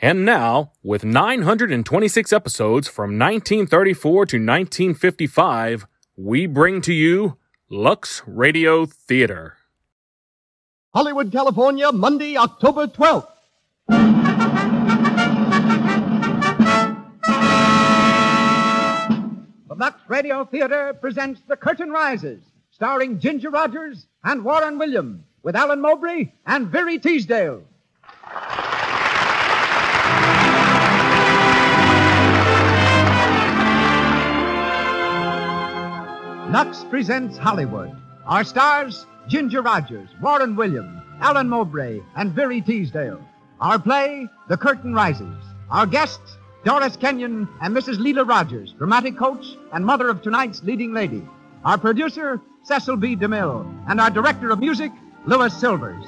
And now, with 926 episodes from 1934 to 1955, we bring to you Lux Radio Theater. Hollywood, California, Monday, October 12th. The Lux Radio Theater presents The Curtain Rises, starring Ginger Rogers and Warren William, with Alan Mowbray and Viri Teasdale. Lux presents Hollywood. Our stars, Ginger Rogers, Warren William, Alan Mowbray, and Viri Teasdale. Our play, The Curtain Rises. Our guests, Doris Kenyon and Mrs. Leela Rogers, dramatic coach and mother of tonight's leading lady. Our producer, Cecil B. DeMille, and our director of music, Louis Silvers.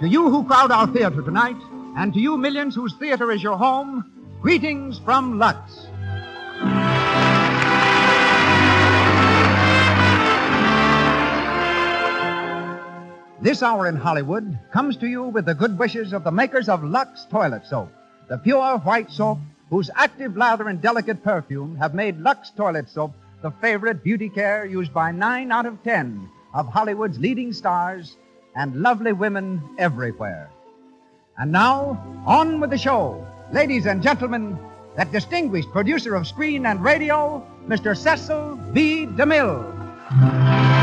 To you who crowd our theater tonight, and to you millions whose theater is your home, greetings from Lux. This hour in Hollywood comes to you with the good wishes of the makers of Lux Toilet Soap, the pure white soap whose active lather and delicate perfume have made Lux Toilet Soap the favorite beauty care used by nine out of ten of Hollywood's leading stars and lovely women everywhere. And now, on with the show. Ladies and gentlemen, that distinguished producer of screen and radio, Mr. Cecil B. DeMille.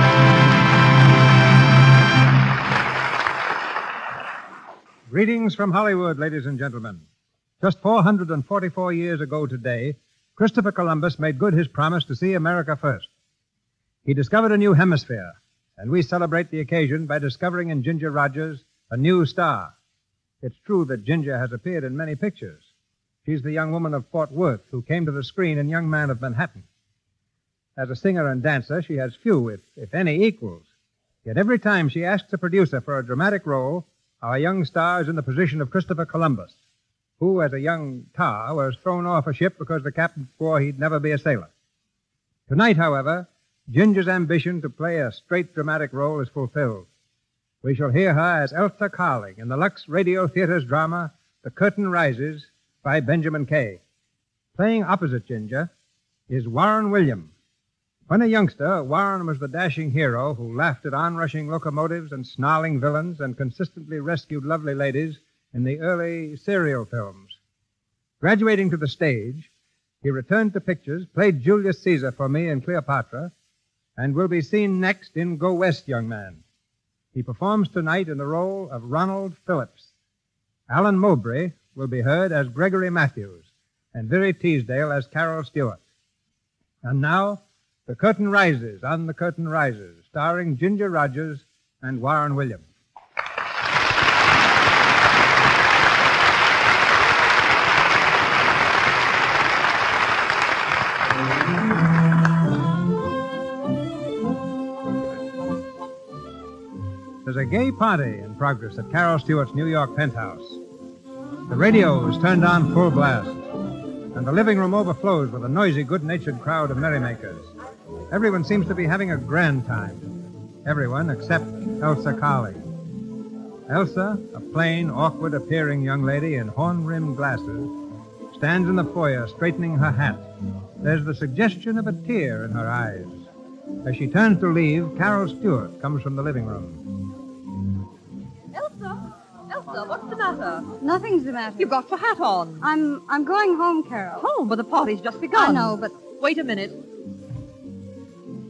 Greetings from Hollywood, ladies and gentlemen. Just 444 years ago today, Christopher Columbus made good his promise to see America first. He discovered a new hemisphere, and we celebrate the occasion by discovering in Ginger Rogers a new star. It's true that Ginger has appeared in many pictures. She's the young woman of Fort Worth who came to the screen in Young Man of Manhattan. As a singer and dancer, she has few, if, if any, equals. Yet every time she asks a producer for a dramatic role, our young star is in the position of Christopher Columbus, who, as a young tar, was thrown off a ship because the captain swore he'd never be a sailor. Tonight, however, Ginger's ambition to play a straight dramatic role is fulfilled. We shall hear her as Elsa Carling in the Lux Radio Theater's drama, The Curtain Rises, by Benjamin Kay. Playing opposite Ginger is Warren William. When a youngster, Warren was the dashing hero who laughed at onrushing locomotives and snarling villains and consistently rescued lovely ladies in the early serial films. Graduating to the stage, he returned to pictures, played Julius Caesar for me in Cleopatra, and will be seen next in Go West, Young Man. He performs tonight in the role of Ronald Phillips. Alan Mowbray will be heard as Gregory Matthews, and Viri Teasdale as Carol Stewart. And now, The Curtain Rises on The Curtain Rises, starring Ginger Rogers and Warren Williams. There's a gay party in progress at Carol Stewart's New York penthouse. The radio is turned on full blast, and the living room overflows with a noisy, good natured crowd of merrymakers. Everyone seems to be having a grand time. Everyone except Elsa Carley. Elsa, a plain, awkward appearing young lady in horn rimmed glasses, stands in the foyer straightening her hat. There's the suggestion of a tear in her eyes. As she turns to leave, Carol Stewart comes from the living room. Elsa, Elsa, what's the matter? Nothing's the matter. You've got your hat on. I'm I'm going home, Carol. Home, but the party's just begun. I know, but Wait a minute.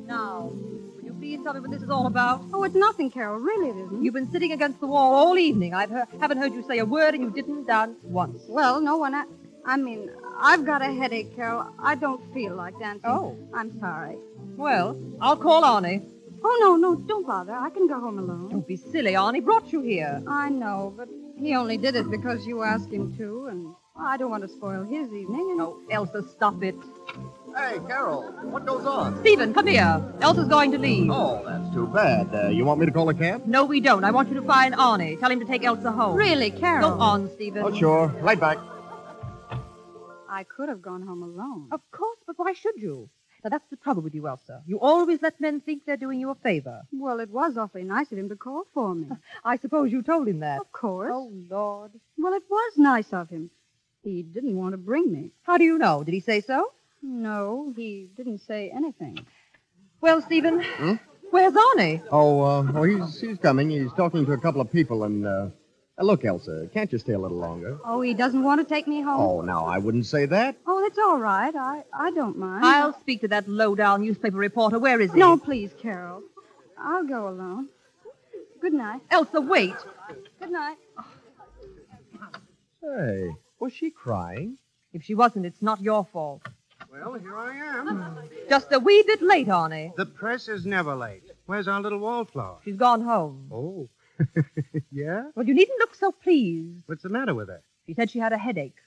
Now, will you please tell me what this is all about? oh, it's nothing, Carol. Really, it isn't. You've been sitting against the wall all evening. I haven't heard you say a word, and you didn't dance once. well, no one. I, I mean, I've got a headache, Carol. I don't feel like dancing. Oh. I'm sorry. Well, I'll call Arnie. Oh no, no, don't bother. I can go home alone. Don't be silly. Arnie brought you here. I know, but he only did it because you asked him to, and I don't want to spoil his evening. And No, Elsa, stop it. Hey, Carol, what goes on? Stephen, come here. Elsa's going to leave. Oh, that's too bad. Uh, you want me to call a cab? No, we don't. I want you to find Arnie. Tell him to take Elsa home. Really, Carol. Go on, Uh, Stephen. Oh, sure. Right back. I could have gone home alone. Of course, but why should you? Now, that's the trouble with you, Elsa. You always let men think they're doing you a favor. Well, it was awfully nice of him to call for me. I suppose you told him that. Of course. Oh, Lord. Well, it was nice of him. He didn't want to bring me. How do you know? Did he say so? No, he didn't say anything. Well, Stephen, Hmm? where's Arnie? Oh, uh, oh he's, he's coming. He's talking to a couple of people, and, uh, uh, look, Elsa, can't you stay a little longer? Oh, he doesn't want to take me home. Oh, now, I wouldn't say that. Oh, that's all right. I, I don't mind. I'll speak to that low-down newspaper reporter. Where is he? No, please, Carol. I'll go alone. Good night. Elsa, wait. Good night. Hey, was she crying? If she wasn't, it's not your fault. Hmm. Well, here I am. Just a wee bit late, Arnie. The press is never late. Where's our little wallflower? She's gone home. Oh. yeah? Well, you needn't look so pleased. What's the matter with her? She said she had a headache.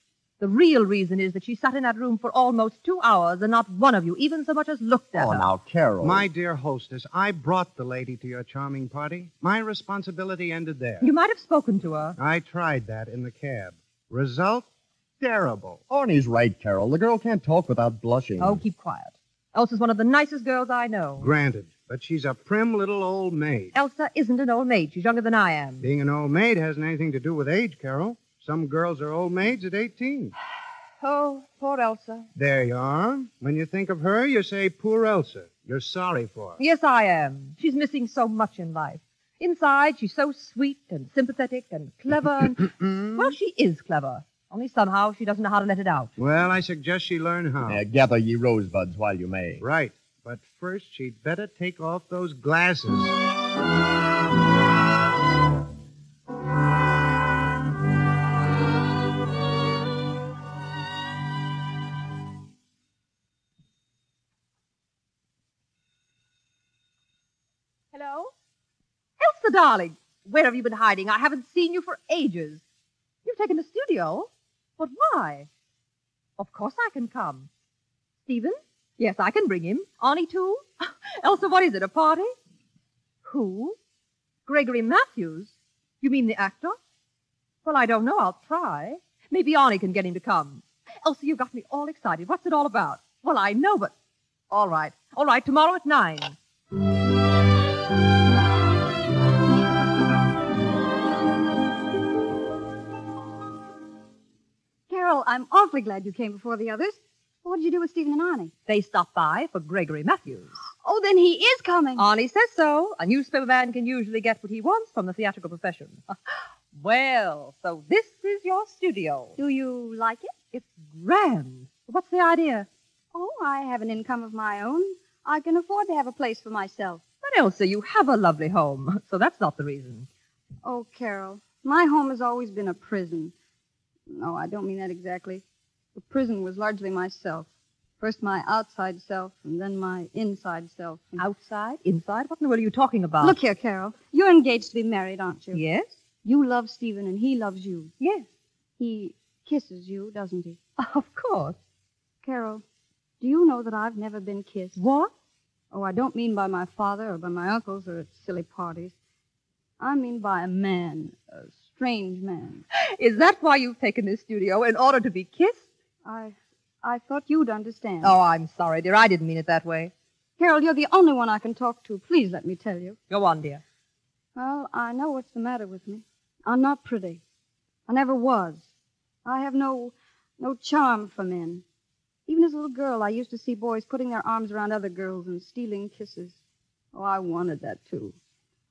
The real reason is that she sat in that room for almost two hours and not one of you even so much as looked at Oh, her. now, Carol. My dear hostess, I brought the lady to your charming party. My responsibility ended there. You might have spoken to her. I tried that in the cab. Result? Terrible. Arnie's right, Carol. The girl can't talk without blushing. Oh, keep quiet. Elsa's one of the nicest girls I know. Granted, but she's a prim little old maid. Elsa isn't an old maid. She's younger than I am. Being an old maid hasn't anything to do with age, Carol. Some girls are old maids at 18. Oh, poor Elsa. There you are. When you think of her, you say, poor Elsa. You're sorry for her. Yes, I am. She's missing so much in life. Inside, she's so sweet and sympathetic and clever. And, well, she is clever. Only somehow she doesn't know how to let it out. Well, I suggest she learn how. Uh, gather ye rosebuds while you may. Right. But first, she'd better take off those glasses. Hello? Elsa, darling, where have you been hiding? I haven't seen you for ages. You've taken the studio? But why? Of course I can come. Stephen? Yes, I can bring him. Arnie, too? Elsa, what is it, a party? Who? Gregory Matthews? You mean the actor? Well, I don't know. I'll try. Maybe Arnie can get him to come. Elsa, you got me all excited. What's it all about? Well, I know, but. All right. All right, tomorrow at nine. Carol, I'm awfully glad you came before the others. What did you do with Stephen and Arnie? They stopped by for Gregory Matthews. Oh, then he is coming. Arnie says so. A newspaper man can usually get what he wants from the theatrical profession. well, so this is your studio. do you like it? It's grand. What's the idea? Oh, I have an income of my own. I can afford to have a place for myself. But Elsa, you have a lovely home, so that's not the reason. Oh, Carol, my home has always been a prison. No, I don't mean that exactly. The prison was largely myself. First my outside self, and then my inside self. And- Outside, inside, what in the world are you talking about? Look here, Carol. You're engaged to be married, aren't you? Yes, You love Stephen, and he loves you. yes, He kisses you, doesn't he? of course. Carol, do you know that I've never been kissed? What? Oh, I don't mean by my father or by my uncles or at silly parties. I mean by a man, a strange man. Is that why you've taken this studio in order to be kissed? I, I thought you'd understand. Oh, I'm sorry, dear. I didn't mean it that way. Carol, you're the only one I can talk to. Please let me tell you. Go on, dear. Well, I know what's the matter with me. I'm not pretty. I never was. I have no, no charm for men. Even as a little girl, I used to see boys putting their arms around other girls and stealing kisses. Oh, I wanted that too.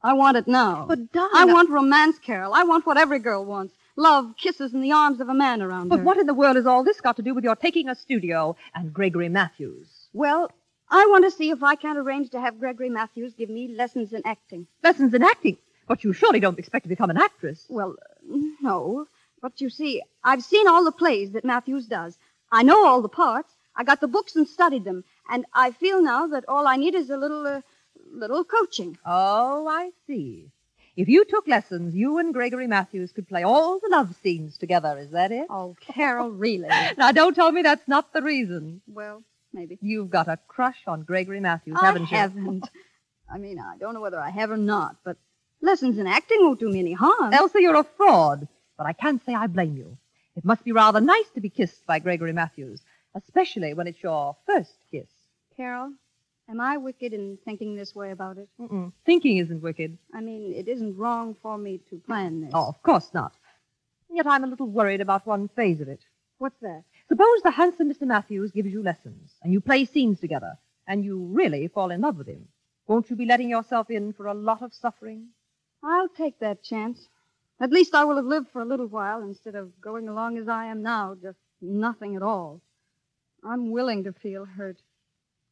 I want it now. But, darling, I I- want romance, Carol. I want what every girl wants: love, kisses, and the arms of a man around But her. what in the world has all this got to do with your taking a studio and Gregory Matthews? Well, I want to see if I can't arrange to have Gregory Matthews give me lessons in acting. lessons in acting. But you surely don't expect to become an actress. Well, uh, no. But you see, I've seen all the plays that Matthews does. I know all the parts. I got the books and studied them. And I feel now that all I need is a little, uh, little coaching. Oh, I see. If you took lessons, you and Gregory Matthews could play all the love scenes together, is that it? Oh, Carol, really? Now, don't tell me that's not the reason. well, maybe. You've got a crush on Gregory Matthews, I haven't you? haven't. I mean, I don't know whether I have or not, but lessons in acting won't do me any harm. Elsa, you're a fraud, but I can't say I blame you. It must be rather nice to be kissed by Gregory Matthews, especially when it's your first kiss. Carol, am I wicked in thinking this way about it? Mm-mm. Thinking isn't wicked. I mean, it isn't wrong for me to plan this. Oh, of course not. Yet I'm a little worried about one phase of it. What's that? Suppose the handsome Mr. Matthews gives you lessons, and you play scenes together, and you really fall in love with him. Won't you be letting yourself in for a lot of suffering? I'll take that chance. At least I will have lived for a little while instead of going along as I am now, just nothing at all. I'm willing to feel hurt.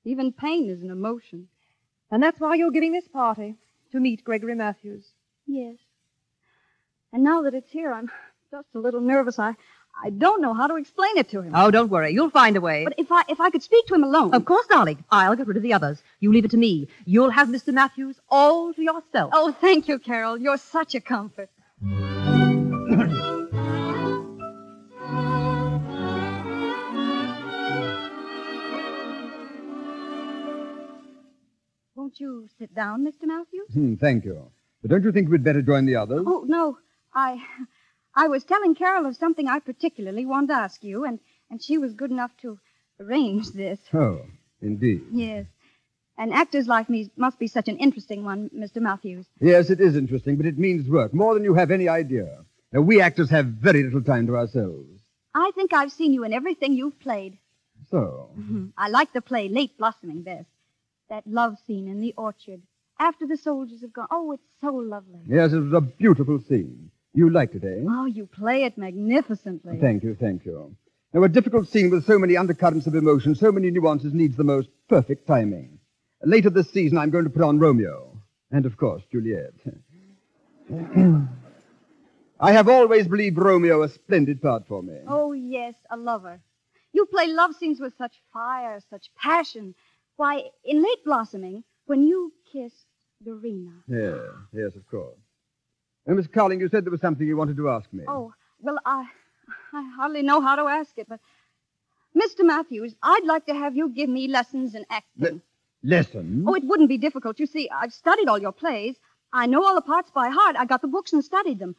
Even pain is an emotion. And that's why you're giving this party, to meet Gregory Matthews. Yes. And now that it's here, I'm just a little nervous. I, I don't know how to explain it to him. Oh, don't worry. You'll find a way. But if I if I could speak to him alone, Of course, darling. I'll get rid of the others. You leave it to me. You'll have Mr. Matthews all to yourself. Oh, thank you, Carol. You're such a comfort. Won't you sit down, Mr. Matthews? Hmm, thank you. But don't you think we'd better join the others? Oh, no. I I was telling Carol of something I particularly wanted to ask you, and, and she was good enough to arrange this. Oh, indeed. Yes. And actors like me must be such an interesting one, Mr. Matthews. Yes, it is interesting, but it means work, more than you have any idea. Now, we actors have very little time to ourselves. I think I've seen you in everything you've played. So, I like the play Late Blossoming best. That love scene in the orchard. After the soldiers have gone. Oh, it's so lovely. yes, it was a beautiful scene. You liked it, eh? Oh, you play it magnificently. Thank you, thank you. Now, a difficult scene with so many undercurrents of emotion, so many nuances, needs the most perfect timing. Later this season, I'm going to put on Romeo. And, of course, Juliet. I have always believed Romeo a splendid part for me. Oh, yes, a lover. You play love scenes with such fire, such passion. Why, in Late Blossoming, when you kissed Dorina. Yes, yes, of course. And, Miss Carling, you said there was something you wanted to ask me. Oh, well, I, I hardly know how to ask it, but. Mr. Matthews, I'd like to have you give me lessons in acting. Lesson? Oh, it wouldn't be difficult. You see, I've studied all your plays. I know all the parts by heart. I got the books and studied them.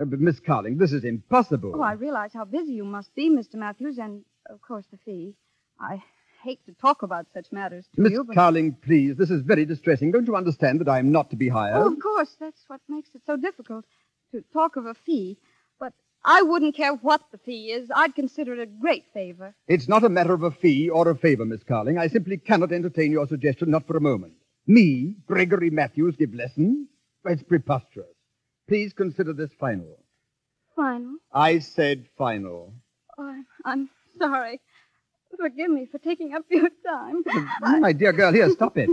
Uh, but, Miss Carling, this is impossible. Oh, I realize how busy you must be, Mr. Matthews, and, of course, the fee. I hate to talk about such matters to Miss you, but. Carling, please, this is very distressing. Don't you understand that I am not to be hired? Oh, of course. That's what makes it so difficult to talk of a fee. But I wouldn't care what the fee is. I'd consider it a great favor. It's not a matter of a fee or a favor, Miss Carling. I simply cannot entertain your suggestion, not for a moment. Me, Gregory Matthews, give lessons? Why, It's preposterous. Please consider this final. Final. I said final. Oh, I'm, I'm sorry. Forgive me for taking up your time. My dear girl, here, stop it.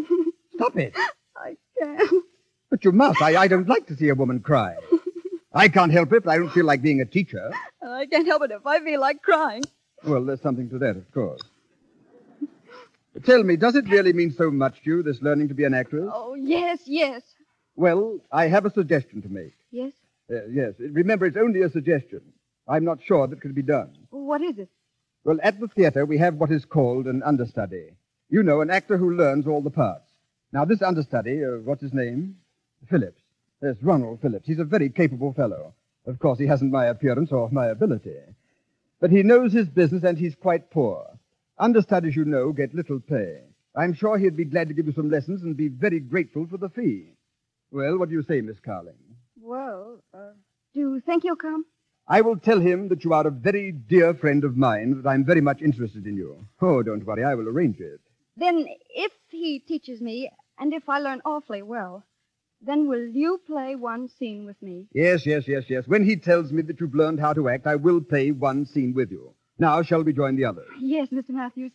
Stop it. I can't. But you must. I, I don't like to see a woman cry. I can't help it, but I don't feel like being a teacher. I can't help it if I feel like crying. Well, there's something to that, of course. Tell me, does it really mean so much to you, this learning to be an actress? Oh, yes, yes. Well, I have a suggestion to make. Yes? Uh, yes. Remember, it's only a suggestion. I'm not sure that could be done. What is it? Well, at the theater, we have what is called an understudy. You know, an actor who learns all the parts. Now, this understudy, uh, what's his name? Phillips. Yes, Ronald Phillips. He's a very capable fellow. Of course, he hasn't my appearance or my ability. But he knows his business and he's quite poor. Understudies, you know, get little pay. I'm sure he'd be glad to give you some lessons and be very grateful for the fee. Well, what do you say, Miss Carling? Well, uh, do you think you'll come? I will tell him that you are a very dear friend of mine, that I'm very much interested in you. Oh, don't worry, I will arrange it. Then, if he teaches me, and if I learn awfully well, then will you play one scene with me? Yes, yes, yes, yes. When he tells me that you've learned how to act, I will play one scene with you. Now, shall we join the others? Yes, Mr. Matthews.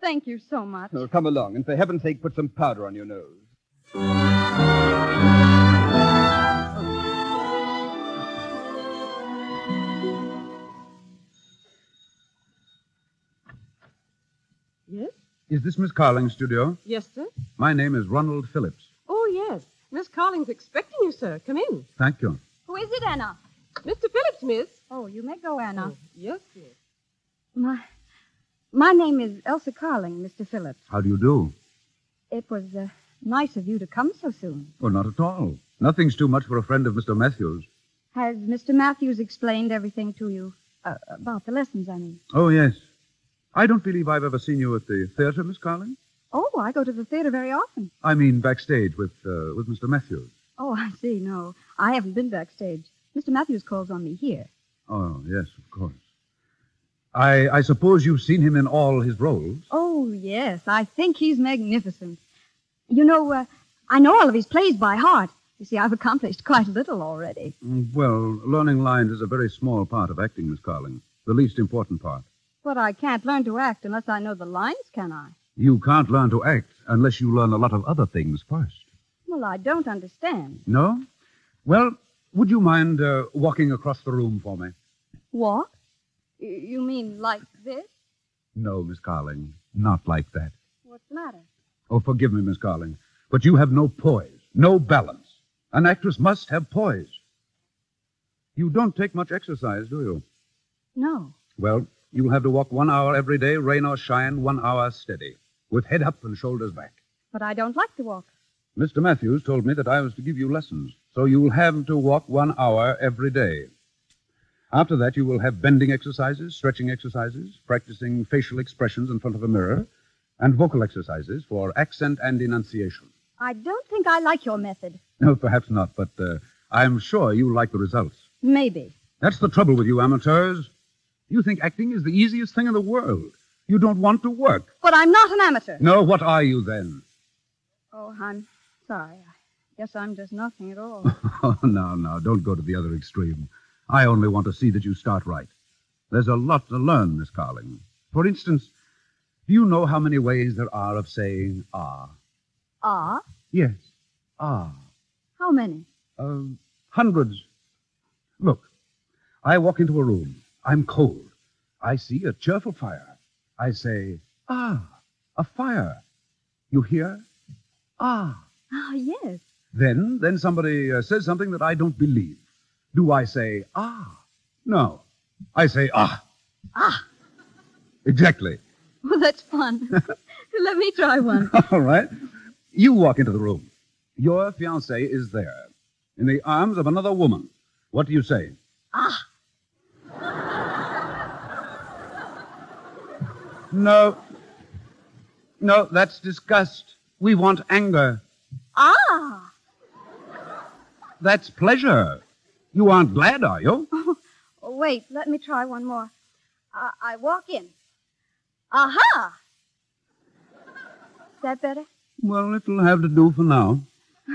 Thank you so much. Oh, come along, and for heaven's sake, put some powder on your nose. Yes? Is this Miss Carling's studio? Yes, sir. My name is Ronald Phillips. Oh, yes. Miss Carling's expecting you, sir. Come in. Thank you. Who is it, Anna? Mr. Phillips, miss. Oh, Oh, you may go, Anna. Yes, miss. My, My name is Elsa Carling, Mr. Phillips. How do you do? It was uh, nice of you to come so soon. Oh, not at all. Nothing's too much for a friend of Mr. Matthews. Has Mr. Matthews explained everything to you? Uh, about the lessons, I mean. Oh, yes. I don't believe I've ever seen you at the theater, Miss Carling. Oh, I go to the theater very often. I mean, backstage with, uh, with Mr. Matthews. Oh, I see. No, I haven't been backstage. Mr. Matthews calls on me here. Oh, yes, of course. I, I suppose you've seen him in all his roles. Oh, yes. I think he's magnificent. You know, uh, I know all of his plays by heart. You see, I've accomplished quite a little already. Mm, Well, learning lines is a very small part of acting, Miss Carling. The least important part. But I can't learn to act unless I know the lines, can I? You can't learn to act unless you learn a lot of other things first. Well, I don't understand. No? Well, would you mind uh, walking across the room for me? Walk? Y- You mean like this? No, Miss Carling, not like that. What's the matter? Oh, forgive me, Miss Carling, but you have no poise, no balance. An actress must have poise. You don't take much exercise, do you? No. Well, you'll have to walk one hour every day, rain or shine, one hour steady, with head up and shoulders back. But I don't like to walk. Mr. Matthews told me that I was to give you lessons, so you'll have to walk one hour every day. After that, you will have bending exercises, stretching exercises, practicing facial expressions in front of a mirror, and vocal exercises for accent and enunciation. I don't think I like your method. No, perhaps not, but uh, I'm sure you like the results. Maybe. That's the trouble with you amateurs. You think acting is the easiest thing in the world. You don't want to work. But I'm not an amateur. No, what are you then? Oh, I'm sorry. I guess I'm just nothing at all. Oh, no, no, don't go to the other extreme. I only want to see that you start right. There's a lot to learn, Miss Carling. For instance, do you know how many ways there are of saying ah? ah? Yes, ah. How many? Um, hundreds. Look, I walk into a room. I'm cold. I see a cheerful fire. I say, ah, a fire. You hear? Ah. Ah, yes. Then, then somebody uh, says something that I don't believe. Do I say, ah? No. I say, ah. Ah. Exactly. Well, that's fun. Let me try one. All right. You walk into the room. Your fiancée is there, in the arms of another woman. What do you say? Ah. No. No, that's disgust. We want anger. Ah. That's pleasure. You aren't glad, are you? Oh, wait, let me try one more. I, I walk in. Aha! Is that better? Well, it'll have to do for now.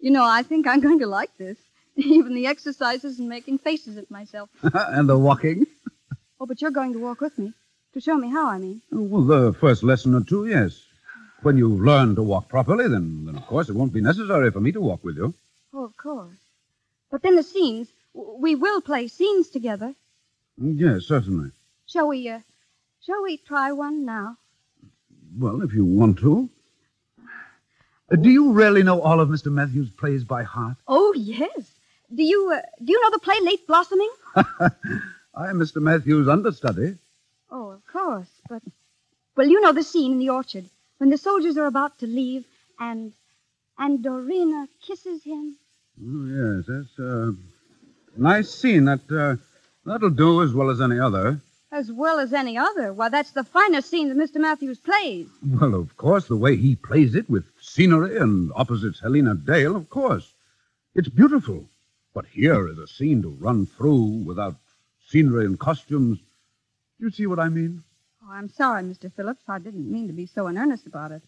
You know, I think I'm going to like this. Even the exercises and making faces at myself. and the walking? Oh, but you're going to walk with me. To show me how, I mean. Well, the first lesson or two, yes. When you've learned to walk properly, then, then of course it won't be necessary for me to walk with you. Oh, of course. But then the scenes. W- We will play scenes together. Yes, certainly. Shall we, uh, shall we try one now? Well, if you want to. Uh, do you really know all of Mr. Matthews' plays by heart? Oh, yes. Do you, uh, do you know the play Late Blossoming? I'm Mr. Matthews' understudy. Oh, of course, but. Well, you know the scene in the orchard when the soldiers are about to leave and. and Dorina kisses him. Oh, yes, uh, that's a nice scene. That, uh, that'll do as well as any other. As well as any other. Why, that's the finest scene that Mr. Matthews plays. Well, of course, the way he plays it with scenery and opposites Helena Dale, of course. It's beautiful. But here is a scene to run through without scenery and costumes. Do you see what I mean? Oh, I'm sorry, Mr. Phillips. I didn't mean to be so in earnest about it.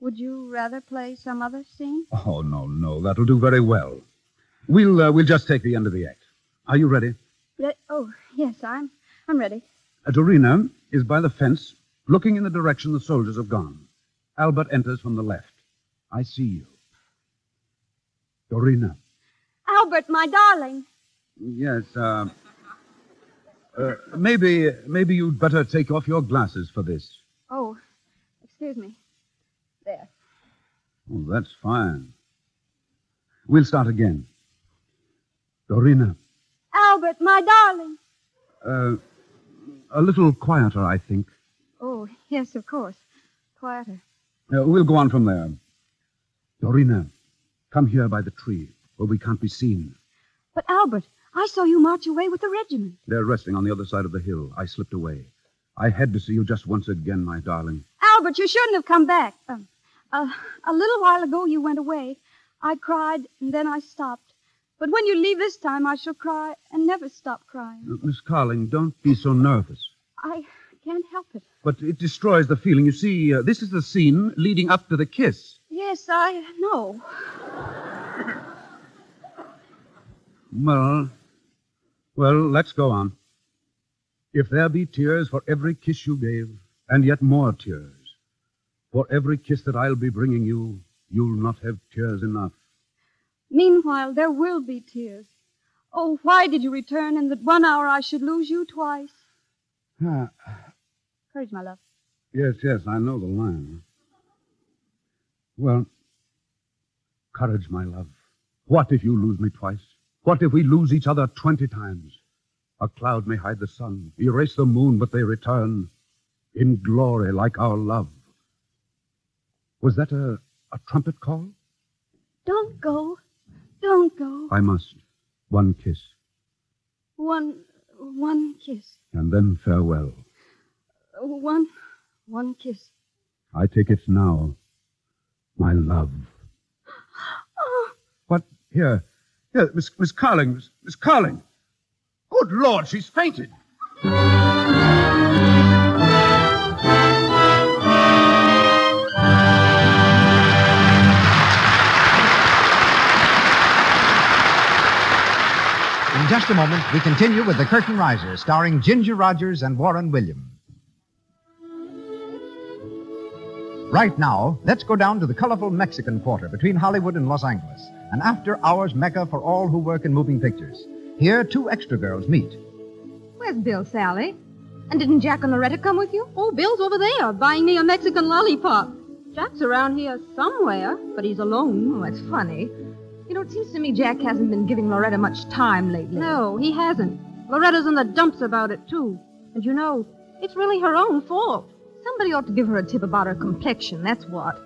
Would you rather play some other scene? Oh, no, no. That'll do very well. We'll, uh, we'll just take the end of the act. Are you ready? Re- oh, yes, I'm. I'm ready. Uh, Dorina is by the fence, looking in the direction the soldiers have gone. Albert enters from the left. I see you. Dorina. Albert, my darling. Yes, uh, uh, maybe maybe you'd better take off your glasses for this. Oh, excuse me. There. Oh, that's fine. We'll start again. Dorina, Albert, my darling. uh, a little quieter, I think. Oh, yes, of course. Quieter. Uh, we'll go on from there. Dorina, come here by the tree where we can't be seen. But, Albert, I saw you march away with the regiment. They're resting on the other side of the hill. I slipped away. I had to see you just once again, my darling. Albert, you shouldn't have come back. Um, uh, a little while ago, you went away. I cried, and then I stopped. But when you leave this time, I shall cry and never stop crying. Uh, Miss Carling, don't be so nervous. I can't help it. But it destroys the feeling. You see, uh, this is the scene leading up to the kiss. Yes, I know. Well, well, let's go on. If there be tears for every kiss you gave, and yet more tears, for every kiss that I'll be bringing you, you'll not have tears enough. Meanwhile, there will be tears. Oh, why did you return in that one hour I should lose you twice? Ah, Courage, my love. yes, yes, I know the line. Well, courage, my love. What if you lose me twice? What if we lose each other twenty times? A cloud may hide the sun, erase the moon, but they return in glory like our love. Was that a, a trumpet call? Don't go. Don't go. I must. One kiss, One, one kiss. and then farewell. One, one kiss. I take it now, my love. What? Here. Here, Miss, Miss Carling. Miss, Miss Carling. Good Lord, she's fainted. In just a moment, we continue with The Curtain Riser, starring Ginger Rogers and Warren William. Right now, let's go down to the colorful Mexican quarter between Hollywood and Los Angeles, an after hours mecca for all who work in moving pictures. Here, two extra girls meet. Where's Bill, Sally? And didn't Jack and Loretta come with you? Oh, Bill's over there, buying me a Mexican lollipop. Jack's around here somewhere, but he's alone. Oh, that's funny. You know, it seems to me Jack hasn't been giving Loretta much time lately. No, he hasn't. Loretta's in the dumps about it, too. And you know, it's really her own fault. Somebody ought to give her a tip about her complexion, that's what.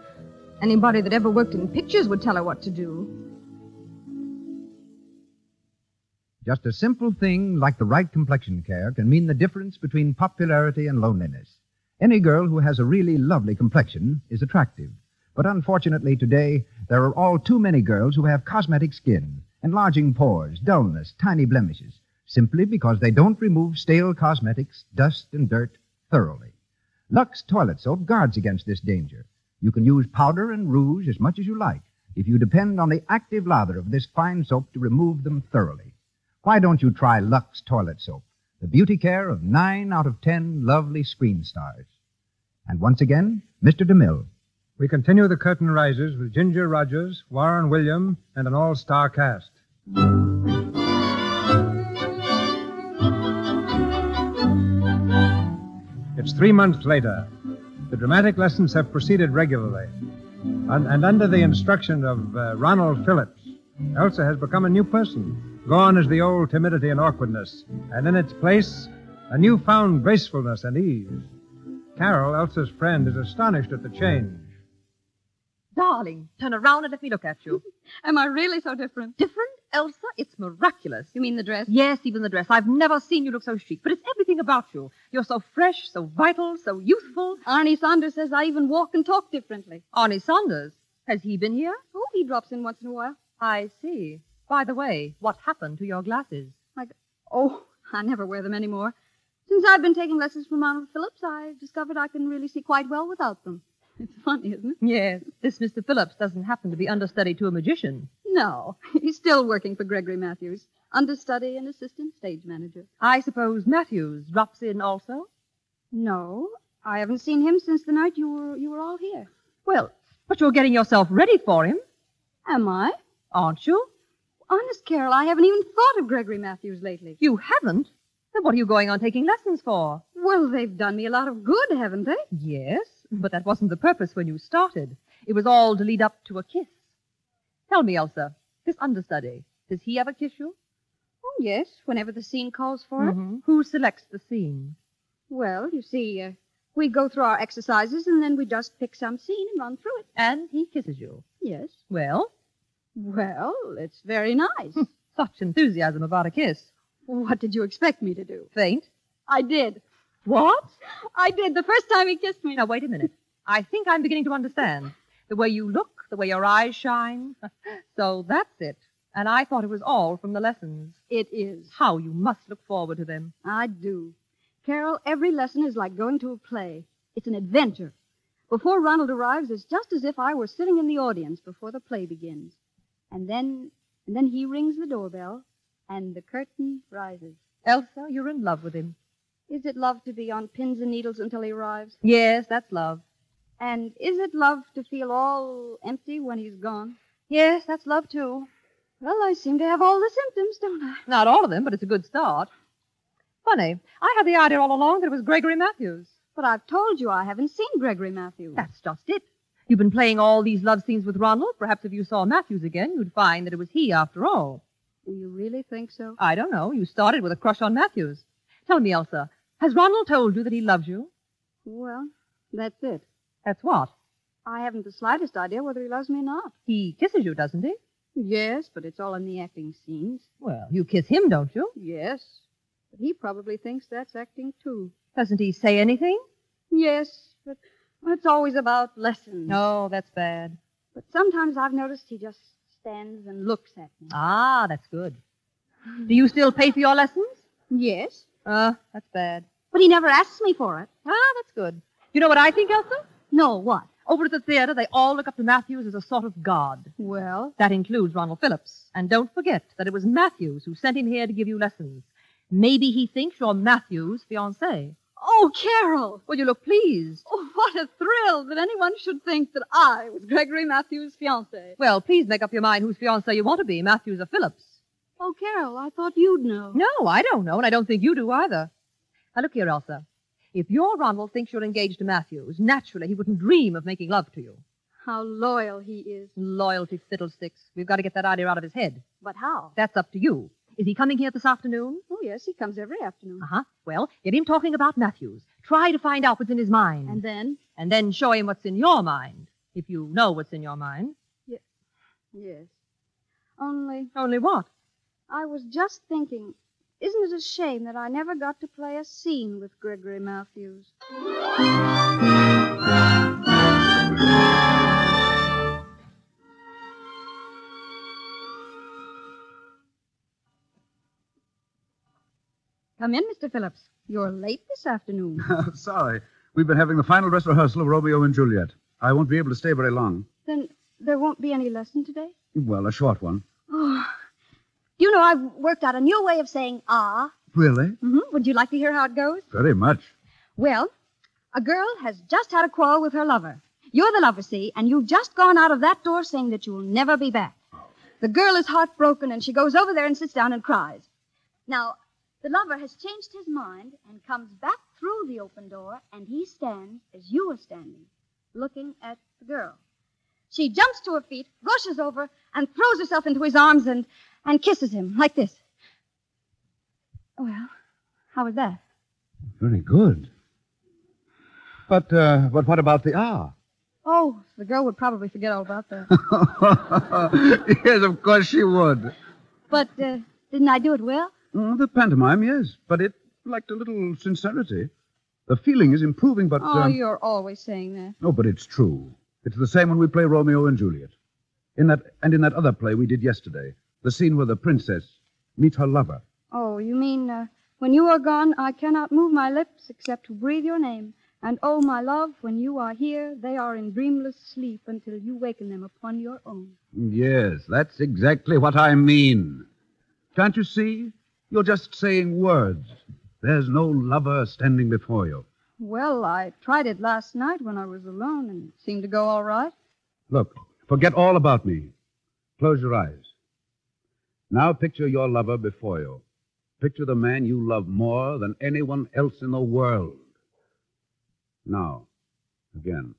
Anybody that ever worked in pictures would tell her what to do. Just a simple thing like the right complexion care can mean the difference between popularity and loneliness. Any girl who has a really lovely complexion is attractive. But unfortunately, today, there are all too many girls who have cosmetic skin, enlarging pores, dullness, tiny blemishes, simply because they don't remove stale cosmetics, dust, and dirt thoroughly. Lux toilet soap guards against this danger. You can use powder and rouge as much as you like if you depend on the active lather of this fine soap to remove them thoroughly. Why don't you try Lux Toilet Soap, the beauty care of nine out of ten lovely screen stars? And once again, Mr. DeMille. We continue The Curtain Rises with Ginger Rogers, Warren William, and an all star cast. It's three months later. The dramatic lessons have proceeded regularly. And, and under the instruction of uh, Ronald Phillips, Elsa has become a new person. Gone is the old timidity and awkwardness, and in its place, a newfound gracefulness and ease. Carol, Elsa's friend, is astonished at the change. Darling, turn around and let me look at you. Am I really so different? Different, Elsa? It's miraculous. You mean the dress? Yes, even the dress. I've never seen you look so chic, but it's everything about you. You're so fresh, so vital, so youthful. Arnie Saunders says I even walk and talk differently. Arnie Saunders, has he been here? Oh, he drops in once in a while. I see. By the way, what happened to your glasses? Like, oh, I never wear them anymore. Since I've been taking lessons from Arnold Phillips, I've discovered I can really see quite well without them. It's funny, isn't it? Yes, this Mr. Phillips doesn't happen to be understudy to a magician. No, he's still working for Gregory Matthews, understudy and assistant stage manager. I suppose Matthews drops in also? No, I haven't seen him since the night you were you were all here. Well, but you're getting yourself ready for him, Am I? aren't you? Honest, Carol, I haven't even thought of Gregory Matthews lately. You haven't? Then what are you going on taking lessons for? Well, they've done me a lot of good, haven't they? Yes, but that wasn't the purpose when you started. It was all to lead up to a kiss. Tell me, Elsa, this understudy, does he ever kiss you? Oh, Mm-hmm. yes, whenever the scene calls for it. Who selects the scene? Well, you see, uh, We go through our exercises and then we just pick some scene and run through it. And he kisses you. Yes. Well? Hmm, Well, it's very nice. Such enthusiasm about a kiss. what did you expect me to do? Faint? I did. What? I did the first time he kissed me. Now, wait a minute. I think I'm beginning to understand. The way you look, the way your eyes shine. so that's it. And I thought it was all from the lessons. It is. How you must look forward to them. I do. Carol, every lesson is like going to a play. It's an adventure. Before Ronald arrives, it's just as if I were sitting in the audience before the play begins. And then and then he rings the doorbell and the curtain rises. Elsa, you're in love with him. Is it love to be on pins and needles until he arrives? Yes, that's love. And is it love to feel all empty when he's gone? Yes, that's love, too. Well, I seem to have all the symptoms, don't I? Not all of them, but it's a good start. Funny, I had the idea all along that it was Gregory Matthews. But I've told you I haven't seen Gregory Matthews. That's just it. You've been playing all these love scenes with Ronald. Perhaps if you saw Matthews again, you'd find that it was he after all. Do you really think so? I don't know. You started with a crush on Matthews. Tell me, Elsa, has Ronald told you that he loves you? Well, that's it. That's what? I haven't the slightest idea whether he loves me or not. He kisses you, doesn't he? Yes, but it's all in the acting scenes. Well, you kiss him, don't you? Yes. But he probably thinks that's acting, too. Doesn't he say anything? Yes, but it's always about lessons. No, that's bad. But sometimes I've noticed he just stands and looks at me. Ah, that's good. Do you still pay for your lessons? Yes. Ah, that's bad. But he never asks me for it. Ah, that's good. You know what I think, Elsa? No, what? Over at the theater, they all look up to Matthews as a sort of god. Well, That includes Ronald Phillips. And don't forget that it was Matthews who sent him here to give you lessons. Maybe he thinks you're Matthews' fiancée. oh, Carol! Well, you look pleased. Oh, what a thrill that anyone should think that I was Gregory Matthews' fiancée. Well, please make up your mind whose fiancée you want to be, Matthews or Phillips. Oh, Carol, I thought you'd know. No, I don't know, and I don't think you do either. Now, look here, Elsa. If your Ronald thinks you're engaged to Matthews, naturally he wouldn't dream of making love to you. How loyal he is. Loyalty fiddlesticks. We've got to get that idea out of his head. But how? That's up to you. Is he coming here this afternoon? Oh, yes, he comes every afternoon. Uh huh. Well, get him talking about Matthews. Try to find out what's in his mind. And then? and then show him what's in your mind, if you know what's in your mind. Yes. Only, Only what? I was just thinking, isn't it a shame that I never got to play a scene with Gregory Matthews? Come in, Mr. Phillips. You're late this afternoon. Oh, Sorry. We've been having the final dress rehearsal of Romeo and Juliet. I won't be able to stay very long. then there won't be any lesson today? Well, a short one. Oh. You know, I've worked out a new way of saying ah. Really? hmm Would you like to hear how it goes? Very much. Well, a girl has just had a quarrel with her lover. You're the lover, see, and you've just gone out of that door saying that you'll never be back. The girl is heartbroken, and she goes over there and sits down and cries. Now, the lover has changed his mind and comes back through the open door, and he stands as you are standing, looking at the girl. She jumps to her feet, rushes over, and throws herself into his arms and, and kisses him like this. Well, how was that? Very good. But, uh, but what about the ah? Oh, the girl would probably forget all about that. yes, of course she would. But uh, didn't I do it well? Mm, the pantomime, yes, but it lacked a little sincerity. The feeling is improving, but. Oh, um, you're always saying that. No, but it's true. It's the same when we play Romeo and Juliet. In that and in that other play we did yesterday, the scene where the princess meets her lover. Oh, you mean uh, when you are gone, I cannot move my lips except to breathe your name. And oh, my love, when you are here, they are in dreamless sleep until you waken them upon your own. Yes, that's exactly what I mean. Can't you see? You're just saying words. There's no lover standing before you. Well, I tried it last night when I was alone, and it seemed to go all right. Look, forget all about me. Close your eyes. Now picture your lover before you. Picture the man you love more than anyone else in the world. Now, again.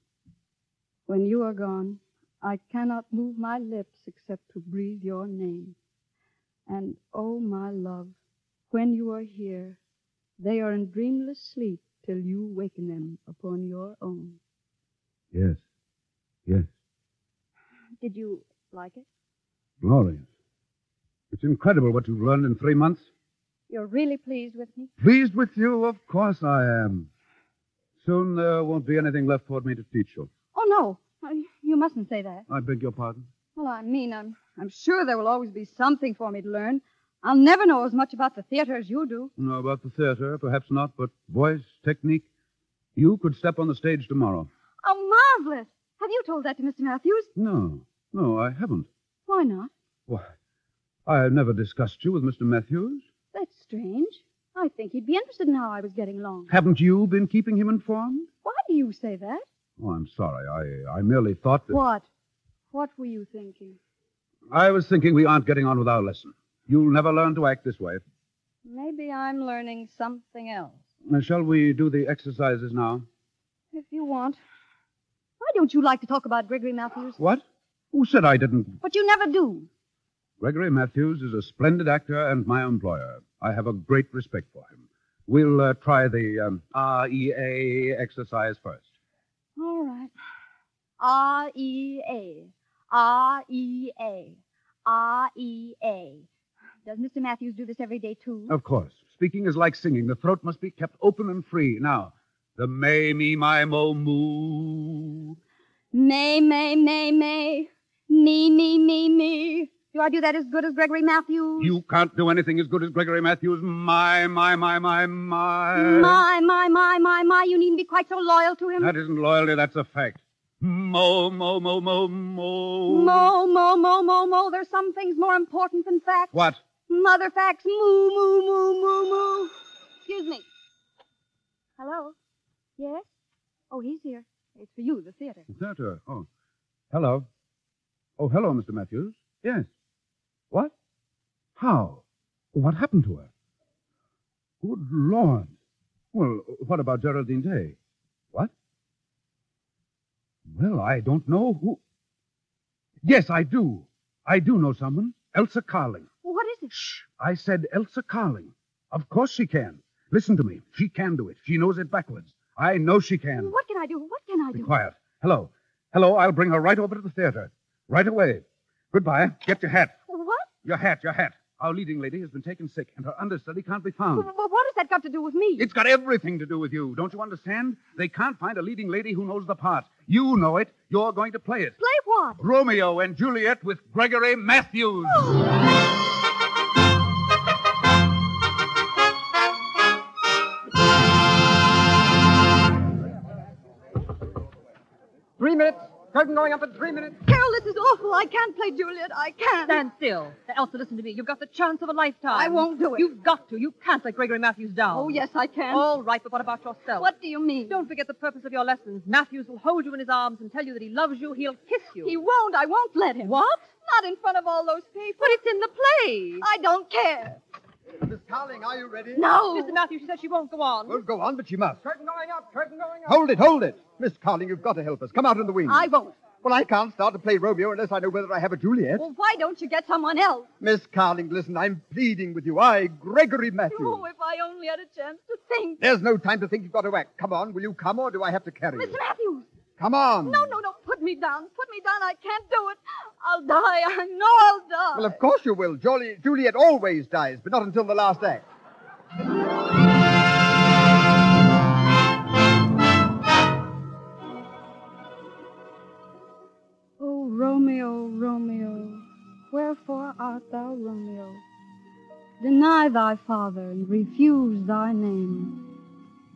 When you are gone, I cannot move my lips except to breathe your name. And, oh, my love, when you are here, they are in dreamless sleep till you waken them upon your own. Yes. Yes. Did you like it? Glorious. It's incredible what you've learned in three months. You're really pleased with me? Pleased with you? Of course I am. Soon there won't be anything left for me to teach you. Oh, no. I- You mustn't say that. I beg your pardon. Well, I mean, I'm, I'm sure there will always be something for me to learn. I'll never know as much about the theater as you do. No, about the theater, perhaps not, but voice, technique. You could step on the stage tomorrow. Oh, marvelous. Have you told that to Mr. Matthews? No, no, I haven't. Why not? Why? I never discussed you with Mr. Matthews. That's strange. I think he'd be interested in how I was getting along. Haven't you been keeping him informed? Why do you say that? Oh, I'm sorry. I, I merely thought that. What? What were you thinking? I was thinking we aren't getting on with our lesson. You'll never learn to act this way. Maybe I'm learning something else. Now, Shall we do the exercises now? If you want. Why don't you like to talk about Gregory Matthews? What? Who said I didn't But you never do. Gregory Matthews is a splendid actor and my employer. I have a great respect for him. We'll uh, try the um, REA exercise first. All right. R E A. R E A. R E A. Does Mr. Matthews do this every day, too? Of course. Speaking is like singing. The throat must be kept open and free. Now, the may, me, my, mo, moo. May, may, may, may. Me, me, me, me. Do I do that as good as Gregory Matthews? You can't do anything as good as Gregory Matthews. My, my, my, my, my. My, my, my, my, my. You needn't be quite so loyal to him. That isn't loyalty, that's a fact. Mo, mo, mo, mo, mo. Mo, mo, mo, mo, mo. There's some things more important than facts. What? Mother facts. Moo, moo, moo, moo, moo. Excuse me. Hello? Yes? Oh, he's here. It's for you, the theater. Theater. Oh. Hello. Oh, hello, Mr. Matthews. Yes. What? How? What happened to her? Good Lord. Well, what about Geraldine Day? What? Well, I don't know who. Yes, I do. I do know someone. Elsa Carling. What is it? Shh. I said Elsa Carling. Of course she can. Listen to me. She can do it. She knows it backwards. I know she can. What can I do? What can I Be do? quiet. Hello. Hello, I'll bring her right over to the theater. Right away. Goodbye. Get your hat. What? Your hat, your hat. Our leading lady has been taken sick, and her understudy can't be found. Well, what has that got to do with me? It's got everything to do with you. Don't you understand? They can't find a leading lady who knows the part. You know it. You're going to play it. Play what? Romeo and Juliet with Gregory Matthews. Three minutes. Curtain going up in three minutes. Carol, this is awful. I can't play Juliet. I can't. Stand still. Elsa, listen to me. You've got the chance of a lifetime. I won't do it. You've got to. You can't let Gregory Matthews down. Oh, yes, I can. All right, but what about yourself? What do you mean? Don't forget the purpose of your lessons. Matthews will hold you in his arms and tell you that he loves you. He'll kiss you. He won't. I won't let him. What? Not in front of all those people. But it's in the play. I don't care. Miss Carling, are you ready? No. Mr. Matthews, she said she won't go on. Well, go on, but she must. Curtain going up. Curtain going up. Hold it, hold it. Miss Carling, you've got to help us. Come out in the wings. I won't. Well, I can't start to play Romeo unless I know whether I have a Juliet. Well, why don't you get someone else? Miss Carling, listen, I'm pleading with you. I, Gregory Matthews. Oh, if I only had a chance to think. There's no time to think you've got to act. Come on, will you come or do I have to carry Mr. you? Matthews. Come on. No, no, no. Put me down. Put me down. I can't do it. I'll die. I know I'll die. Well, of course you will. Jolly, Juliet always dies, but not until the last act. Oh, Romeo, Romeo, wherefore art thou Romeo? Deny thy father and refuse thy name,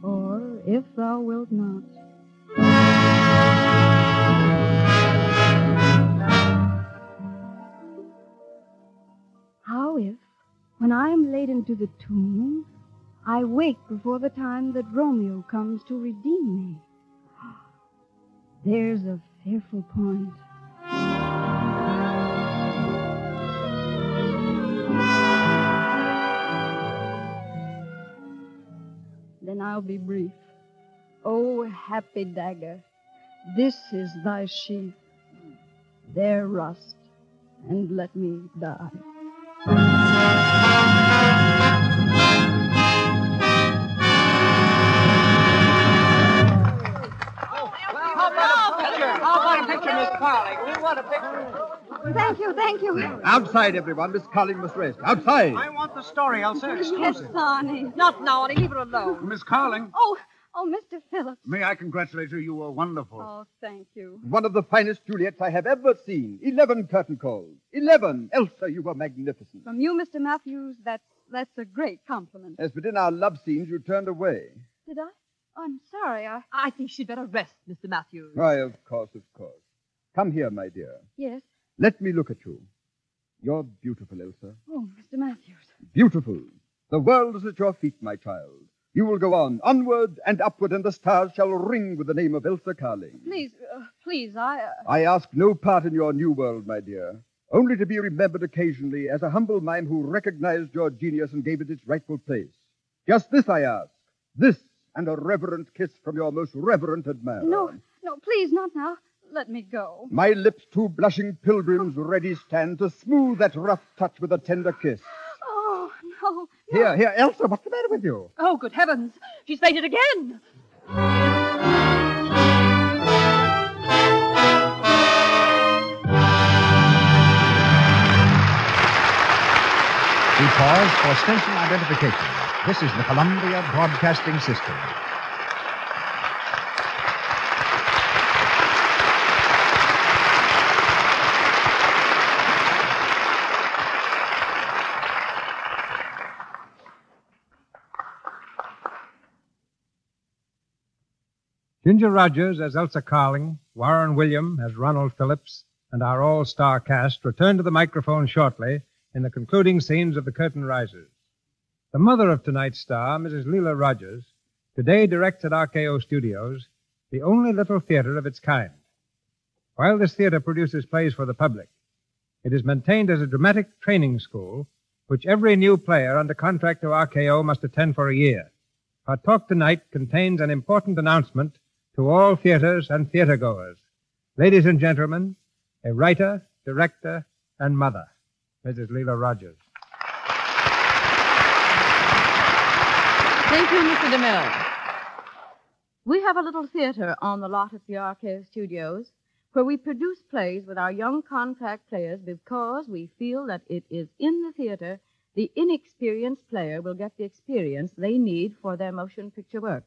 or if thou wilt not. How if, when I am laid into the tomb, I wake before the time that Romeo comes to redeem me? There's a fearful point. Then I'll be brief. O happy dagger, this is thy sheath. There rust, and let me die. Carling. We want a picture. Thank you, thank you. Outside, everyone. Miss Carling must rest. Outside. I want the story, Elsa. Exclusive. Lonnie. Not now, Lonnie. Leave her alone. Miss Carling. Oh, oh, Mr. Phillips. May I congratulate you? You were wonderful. Oh, thank you. One of the finest Juliets I have ever seen. Eleven curtain calls. Eleven. Elsa, you were magnificent. From you, Mr. Matthews, that's that's a great compliment. Yes, but in our love scenes, you turned away. Did I? I'm sorry. I I think she'd better rest, Mr. Matthews. Why, of course, of course. Come here, my dear. Yes. Let me look at you. You're beautiful, Elsa. Oh, Mr. Matthews. Beautiful. The world is at your feet, my child. You will go on, onward and upward, and the stars shall ring with the name of Elsa Carling. Please, uh, please, I. Uh... I ask no part in your new world, my dear, only to be remembered occasionally as a humble mime who recognized your genius and gave it its rightful place. Just this I ask. This and a reverent kiss from your most reverent admirer. No, no, please, not now. Let me go. Uh, My lips, two blushing pilgrims, ready stand to smooth that rough touch with a tender kiss. Oh, no. no. Here, here, Elsa, what's the matter with you? Oh, good heavens. She's fainted again. We pause for station identification. This is the Columbia Broadcasting System. Ginger Rogers as Elsa Carling, Warren William as Ronald Phillips, and our all star cast return to the microphone shortly in the concluding scenes of The Curtain Rises. The mother of tonight's star, Mrs. Leela Rogers, today directs at RKO Studios, the only little theater of its kind. While this theater produces plays for the public, it is maintained as a dramatic training school, which every new player under contract to RKO must attend for a year. Our talk tonight contains an important announcement to all theaters and theatergoers. Ladies and gentlemen, a writer, director, and mother, Mrs. Leela Rogers. Thank you, Mr. DeMille. We have a little theater on the lot at the RKO Studios where we produce plays with our young contract players because we feel that it is in the theater the inexperienced player will get the experience they need for their motion picture work.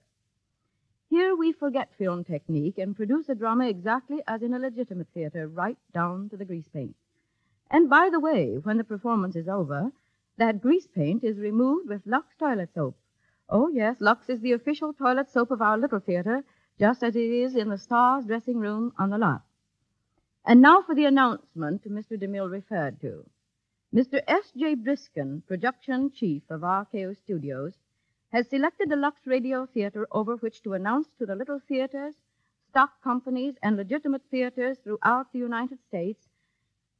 Here we forget film technique and produce a drama exactly as in a legitimate theater, right down to the grease paint. And by the way, when the performance is over, that grease paint is removed with Lux toilet soap. Oh, yes, Lux is the official toilet soap of our little theater, just as it is in the star's dressing room on the lot. And now for the announcement Mr. DeMille referred to. Mr. S.J. Briskin, production chief of RKO Studios, has selected the Lux Radio Theater over which to announce to the little theaters, stock companies, and legitimate theaters throughout the United States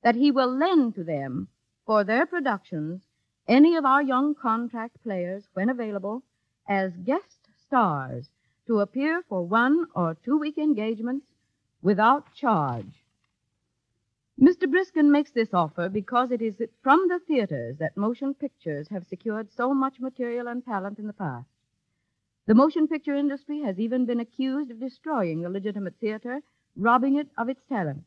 that he will lend to them for their productions any of our young contract players, when available, as guest stars to appear for one or two week engagements without charge. Mr. Briskin makes this offer because it is from the theaters that motion pictures have secured so much material and talent in the past. The motion picture industry has even been accused of destroying the legitimate theater, robbing it of its talent.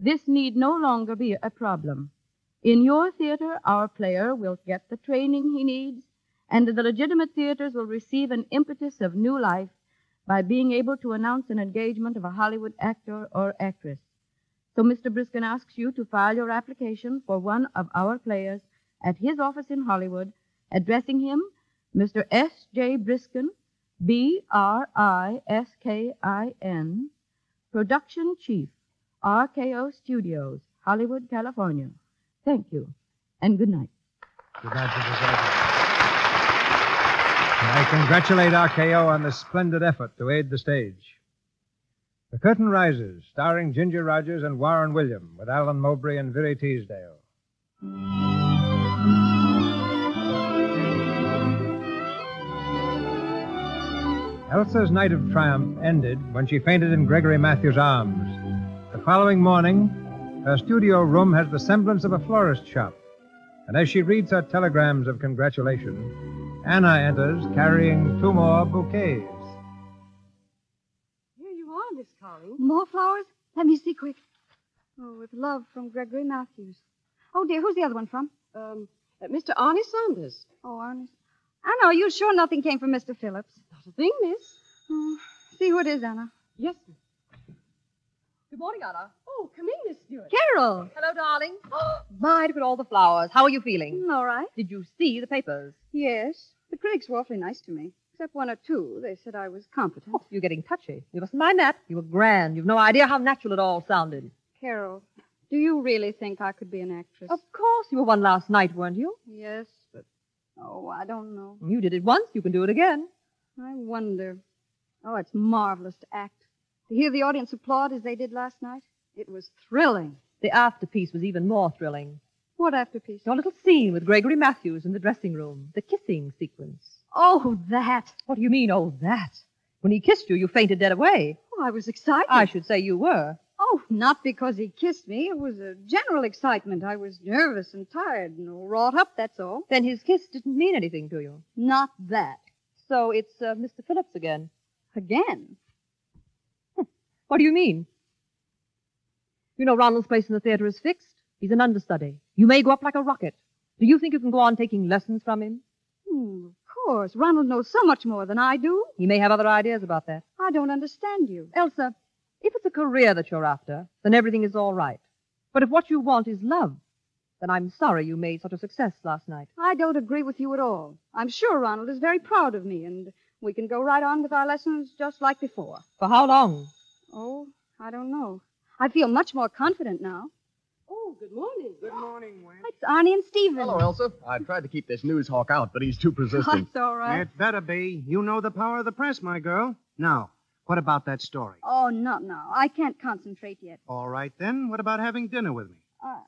This need no longer be a problem. In your theater, our player will get the training he needs, and the legitimate theaters will receive an impetus of new life by being able to announce an engagement of a Hollywood actor or actress. So Mr. Briskin asks you to file your application for one of our players at his office in Hollywood, addressing him Mr. S. J. Briskin, B R I S K I N, Production Chief, RKO Studios, Hollywood, California. Thank you, and good night. Good night, Mrs. I congratulate RKO on this splendid effort to aid the stage. The Curtain Rises, starring Ginger Rogers and Warren William, with Alan Mowbray and Viri Teasdale. Elsa's night of triumph ended when she fainted in Gregory Matthews' arms. The following morning, her studio room has the semblance of a florist shop, and as she reads her telegrams of congratulation, Anna enters carrying two more bouquets. Here you are, Miss Carling. More flowers? Let me see quick. Oh, with love from Gregory Matthews. Oh, dear, who's the other one from? Um, Mr. Arnie Saunders. Oh, Arnie. Anna, are you sure nothing came from Mr. Phillips? Not a thing, miss. Oh, see who it is, Anna. Yes, miss. Good morning, Anna. Oh, come in, Miss Stewart. Carol! Hello, darling. My, look at all the flowers. How are you feeling? Mm, All right. Did you see the papers? Yes. The critics were awfully nice to me, except one or two. They said I was competent. Oh, you're getting touchy. You mustn't mind that. You were grand. You've no idea how natural it all sounded. Carol, do you really think I could be an actress? Of course, you were one last night, weren't you? Yes, but. Oh, I don't know. Mm, You did it once. You can do it again. I wonder. Oh, it's marvelous to act. To hear the audience applaud as they did last night, it was thrilling. The afterpiece was even more thrilling. What afterpiece? Your little scene with Gregory Matthews in the dressing room, the kissing sequence. Oh, that. What do you mean, oh, that? When he kissed you, you fainted dead away. Oh, I was excited. I should say you were. Oh, not because he kissed me. It was a general excitement. I was nervous and tired and wrought up, that's all. Then his kiss didn't mean anything to you. Not that. So it's uh, Mr. Phillips again. Again. What do you mean? You know Ronald's place in the theater is fixed. He's an understudy. You may go up like a rocket. Do you think you can go on taking lessons from him? Hmm, of course. Ronald knows so much more than I do. He may have other ideas about that. I don't understand you. Elsa, if it's a career that you're after, then everything is all right. But if what you want is love, then I'm sorry you made such a success last night. I don't agree with you at all. I'm sure Ronald is very proud of me, and we can go right on with our lessons just like before. For how long? Oh, I don't know. I feel much more confident now. Oh, good morning. Good morning, Wayne. It's Arnie and Stephen. Hello, Elsa. I tried to keep this news hawk out, but he's too persistent. That's all right. It better be. You know the power of the press, my girl. Now, what about that story? Oh, not now. I can't concentrate yet. All right, then. What about having dinner with me? Uh,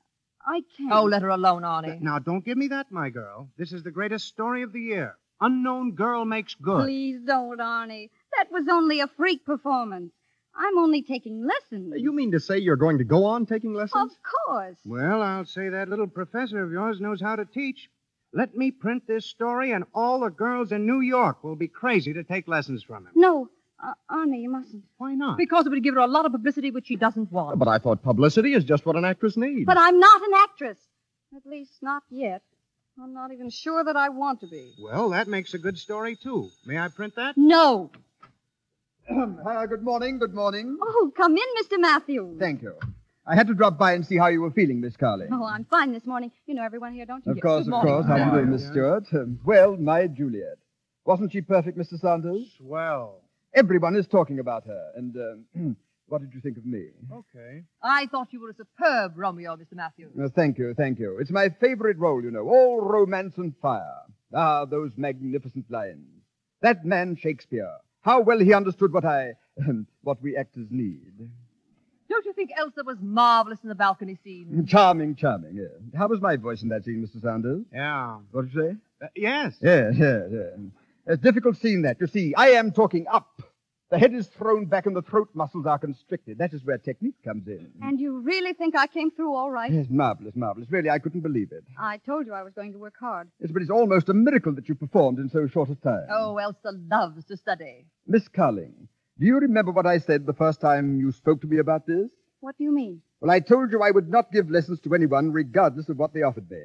I can't. Oh, let her alone, Arnie. Now, don't give me that, my girl. This is the greatest story of the year. Unknown girl makes good. Please don't, Arnie. That was only a freak performance. I'm only taking lessons. You mean to say you're going to go on taking lessons? Of course. Well, I'll say that little professor of yours knows how to teach. Let me print this story, and all the girls in New York will be crazy to take lessons from him. No, uh, Arnie, you mustn't. Why not? Because it would give her a lot of publicity which she doesn't want. But I thought publicity is just what an actress needs. But I'm not an actress. At least, not yet. I'm not even sure that I want to be. Well, that makes a good story, too. May I print that? No. Ah, good morning, good morning. Oh, come in, Mr. Matthews. Thank you. I had to drop by and see how you were feeling, Miss Carley. Oh, I'm fine this morning. You know everyone here, don't you? Of course, Good of morning. course. How do you doing, Miss Stewart? Um, well, my Juliet. Wasn't she perfect, Mr. Saunders? Swell. Everyone is talking about her. And um, what did you think of me? Okay. I thought you were a superb Romeo, Mr. Matthews. Uh, thank you, thank you. It's my favorite role, you know. All romance and fire. Ah, those magnificent lines. That man Shakespeare. How well he understood what I, what we actors need. Don't you think Elsa was marvelous in the balcony scene? Charming, charming. Yes. How was my voice in that scene, Mr. Saunders? Yeah. What did you say? Uh, yes. Yes, yes, yes. A difficult scene that. You see, I am talking up. The head is thrown back and the throat muscles are constricted. That is where technique comes in. And you really think I came through all right? Yes, marvelous, marvelous. Really, I couldn't believe it. I told you I was going to work hard. Yes, but it's almost a miracle that you performed in so short a time. Oh, Elsa loves to study. Miss Carling, do you remember what I said the first time you spoke to me about this? What do you mean? Well, I told you I would not give lessons to anyone, regardless of what they offered me.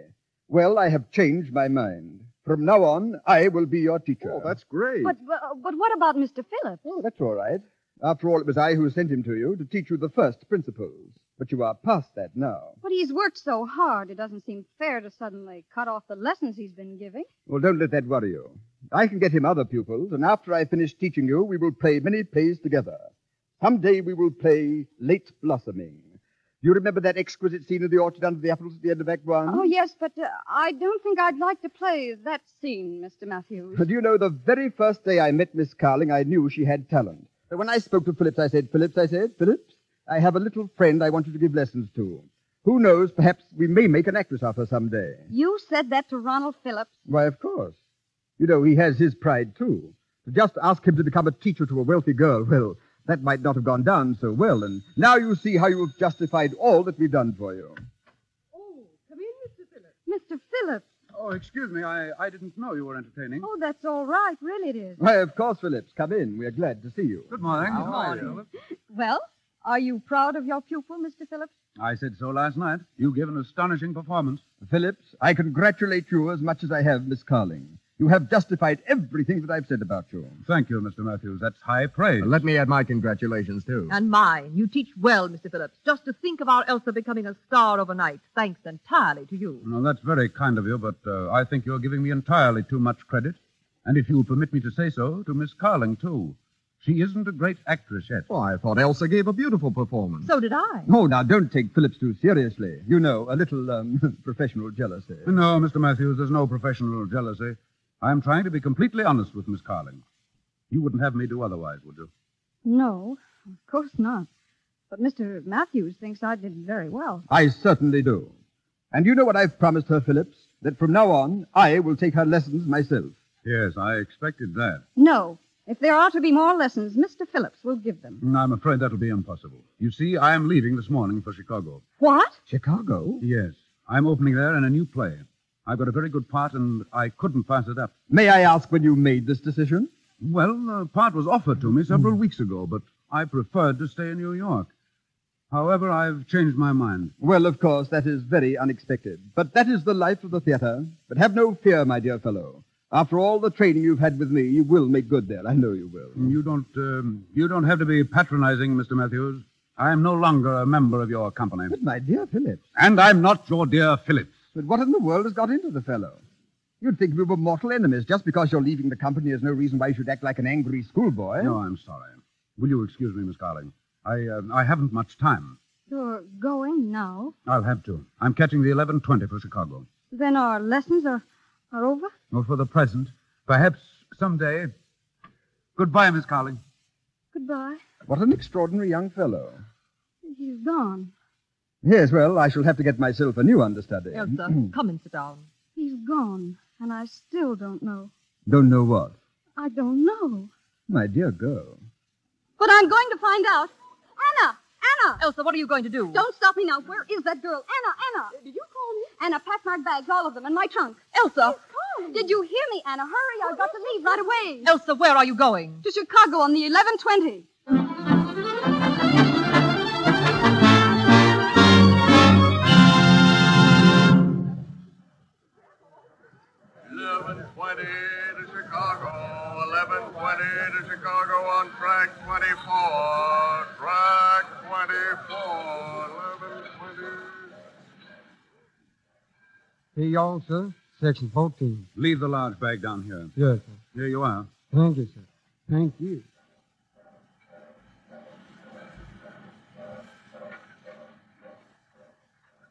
Well, I have changed my mind. From now on, I will be your teacher. Oh, that's great. But, but, but what about Mr. Phillips? Oh, that's all right. After all, it was I who sent him to you to teach you the first principles. But you are past that now. But he's worked so hard, it doesn't seem fair to suddenly cut off the lessons he's been giving. Well, don't let that worry you. I can get him other pupils, and after I finish teaching you, we will play many plays together. Some day we will play Late Blossoming. You remember that exquisite scene in the orchard under the apples at the end of Act One? Oh, yes, but uh, I don't think I'd like to play that scene, Mr. Matthews. Do you know, the very first day I met Miss Carling, I knew she had talent. But when I spoke to Phillips, I said, Phillips, I said, Phillips, I have a little friend I want you to give lessons to. Who knows, perhaps we may make an actress of her someday. You said that to Ronald Phillips. Why, of course. You know, he has his pride, too. To just ask him to become a teacher to a wealthy girl, well, that might not have gone down so well. And now you see how you have justified all that we've done for you. Oh, come in, Mr. Phillips. Mr. Phillips. Oh, excuse me. I, I didn't know you were entertaining. Oh, that's all right. Really, it is. Why, of course, Phillips. Come in. We are glad to see you. Good morning. Well, Are you proud of your pupil, Mr. Phillips? I said so last night. You give an astonishing performance. Phillips, I congratulate you as much as I have Miss Carling. You have justified everything that I've said about you. Thank you, Mr. Matthews. That's high praise. Let me add my congratulations, too. And mine. You teach well, Mr. Phillips. Just to think of our Elsa becoming a star overnight, thanks entirely to you. Now, that's very kind of you, but uh, I think you're giving me entirely too much credit. And if you'll permit me to say so, to Miss Carling, too. She isn't a great actress yet. Oh, I thought Elsa gave a beautiful performance. So did I. Oh, now don't take Phillips too seriously. You know, a little um, professional jealousy. No, Mr. Matthews, there's no professional jealousy. I'm trying to be completely honest with Miss Carling. You wouldn't have me do otherwise, would you? No, of course not. But Mr. Matthews thinks I did very well. I certainly do. And you know what I've promised her, Phillips? That from now on, I will take her lessons myself. Yes, I expected that. No. If there are to be more lessons, Mr. Phillips will give them. I'm afraid that'll be impossible. You see, I am leaving this morning for Chicago. What? Chicago? Yes. I'm opening there in a new play. I've got a very good part, and I couldn't pass it up. May I ask when you made this decision? Hmm. Well, the part was offered to me several weeks ago, but I preferred to stay in New York. However, I've changed my mind. Well, of course, that is very unexpected. But that is the life of the theater. But have no fear, my dear fellow. After all the training you've had with me, you will make good there. I know you will. You don't, um, you don't have to be patronizing, Mr. Matthews. I am no longer a member of your company. But my dear Phillips. And I'm not your dear Phillips. But what in the world has got into the fellow? You'd think we were mortal enemies. Just because you're leaving the company is no reason why you should act like an angry schoolboy. No, I'm sorry. Will you excuse me, Miss Carling? I, uh, I haven't much time. You're going now? I'll have to. I'm catching the 11.20 for Chicago. Then our lessons are, are over? Well, for the present. Perhaps someday. Goodbye, Miss Carling. Goodbye. What an extraordinary young fellow. He's gone. Yes, well, I shall have to get myself a new understudy. Elsa, come and sit down. He's gone, and I still don't know. Don't know what? I don't know. My dear girl. But I'm going to find out. Anna! Anna! Elsa, what are you going to do? Don't stop me now. Where is that girl? Anna! Anna! Did you call me? Anna, pack my bags, all of them, and my trunk. Elsa! Did you hear me, Anna? Hurry, I've got to leave right away. Elsa, where are you going? To Chicago on the 1120. Eleven twenty to Chicago. Eleven twenty to Chicago on track twenty-four. Track twenty-four. Eleven twenty. Here you all, sir. Section 14. Leave the large bag down here. Yes, sir. Here you are. Thank you, sir. Thank you.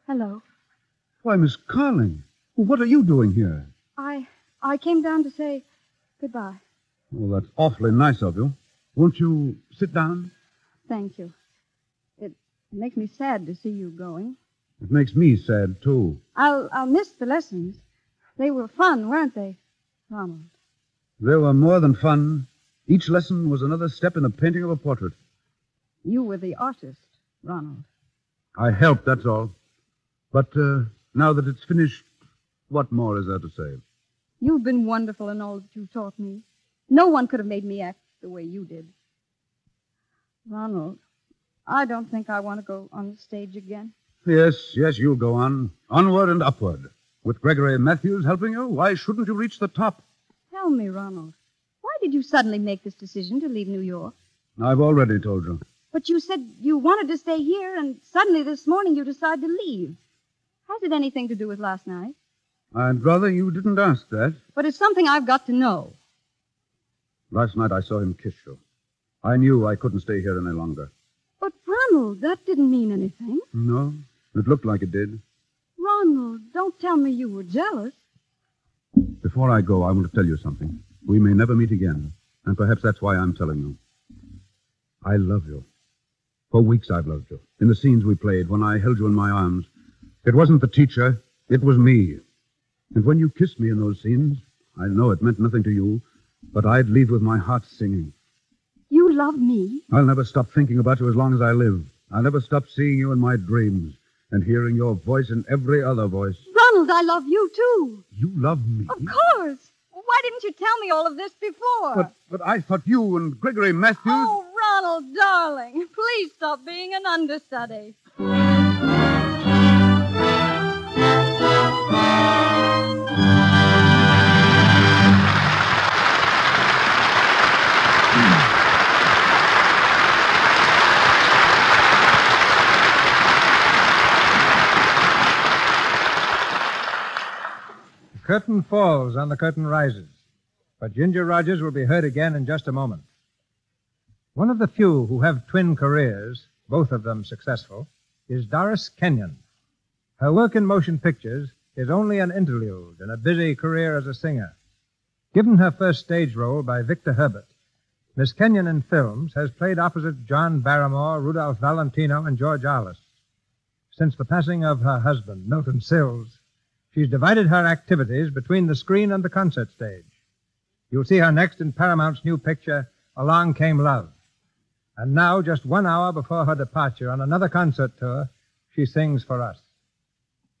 Hello. Why, Miss Carling, what are you doing here? I I came down to say goodbye. Well, that's awfully nice of you. Won't you sit down? Thank you. It makes me sad to see you going. It makes me sad, too. I'll I'll miss the lessons. They were fun, weren't they, Ronald? They were more than fun. Each lesson was another step in the painting of a portrait. You were the artist, Ronald. I helped, that's all. But uh, now that it's finished, what more is there to say? You've been wonderful in all that you taught me. No one could have made me act the way you did. Ronald, I don't think I want to go on the stage again. Yes, yes, you'll go on. Onward and upward. With Gregory Matthews helping you, why shouldn't you reach the top? Tell me, Ronald, why did you suddenly make this decision to leave New York? I've already told you. But you said you wanted to stay here, and suddenly this morning you decide to leave. Has it anything to do with last night? I'd rather you didn't ask that. But it's something I've got to know. Last night I saw him kiss you. I knew I couldn't stay here any longer. But, Ronald, that didn't mean anything. No, it looked like it did. Ronald, don't tell me you were jealous. Before I go, I want to tell you something. We may never meet again, and perhaps that's why I'm telling you. I love you. For weeks I've loved you. In the scenes we played, when I held you in my arms, it wasn't the teacher, it was me. And when you kissed me in those scenes, I know it meant nothing to you, but I'd leave with my heart singing. You love me? I'll never stop thinking about you as long as I live. I'll never stop seeing you in my dreams and hearing your voice in every other voice. Ronald, I love you too. You love me? Of course. Why didn't you tell me all of this before? But, but I thought you and Gregory Matthews. Oh, Ronald, darling, please stop being an understudy. The curtain falls and the curtain rises. But Ginger Rogers will be heard again in just a moment. One of the few who have twin careers, both of them successful, is Doris Kenyon. Her work in motion pictures is only an interlude in a busy career as a singer. Given her first stage role by Victor Herbert, Miss Kenyon in films has played opposite John Barrymore, Rudolph Valentino, and George Arliss. Since the passing of her husband, Milton Sills, She's divided her activities between the screen and the concert stage. You'll see her next in Paramount's new picture, Along Came Love. And now, just one hour before her departure on another concert tour, she sings for us.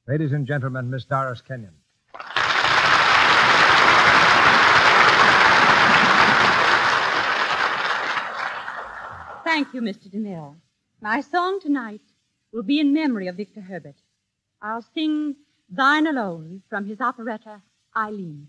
Ladies and gentlemen, Miss Doris Kenyon. Thank you, Mr. DeMille. My song tonight will be in memory of Victor Herbert. I'll sing Thine Alone from his operetta, Eileen.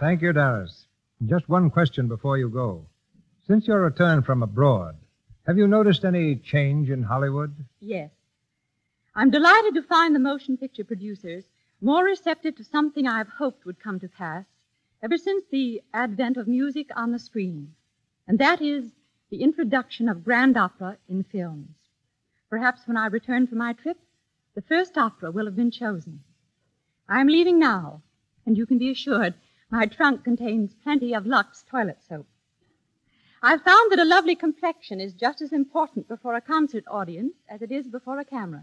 Thank you, Doris. Just one question before you go. Since your return from abroad, have you noticed any change in Hollywood? Yes. I'm delighted to find the motion picture producers more receptive to something I've hoped would come to pass ever since the advent of music on the screen, and that is the introduction of grand opera in films. Perhaps when I return from my trip, the first opera will have been chosen. I'm leaving now, and you can be assured my trunk contains plenty of Lux toilet soap. I've found that a lovely complexion is just as important before a concert audience as it is before a camera.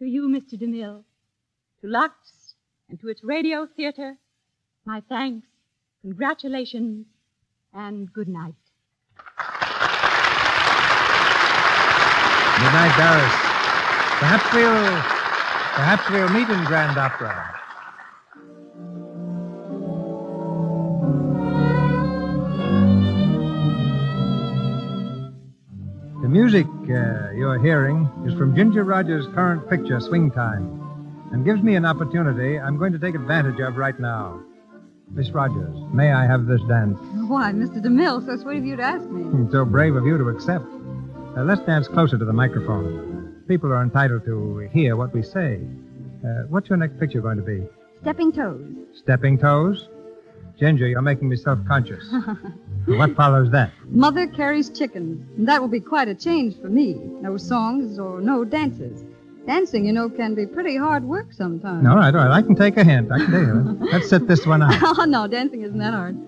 To you, Mr. DeMille, to Lux, and to its radio theater, my thanks, congratulations, and good night. Good night, Doris. Perhaps we'll. Perhaps we'll meet in Grand Opera. The music uh, you're hearing is from Ginger Rogers' current picture, Swing Time, and gives me an opportunity I'm going to take advantage of right now. Miss Rogers, may I have this dance? Why, Mr. DeMille, so sweet of you to ask me. So brave of you to accept. Uh, let's dance closer to the microphone. People are entitled to hear what we say. Uh, what's your next picture going to be? Stepping toes. Stepping toes? Ginger, you're making me self conscious. what follows that? Mother carries chickens, and that will be quite a change for me. No songs or no dances. Dancing, you know, can be pretty hard work sometimes. All right, all right. I can take a hint. I can take a hint. Let's set this one out. oh, no, dancing isn't that hard.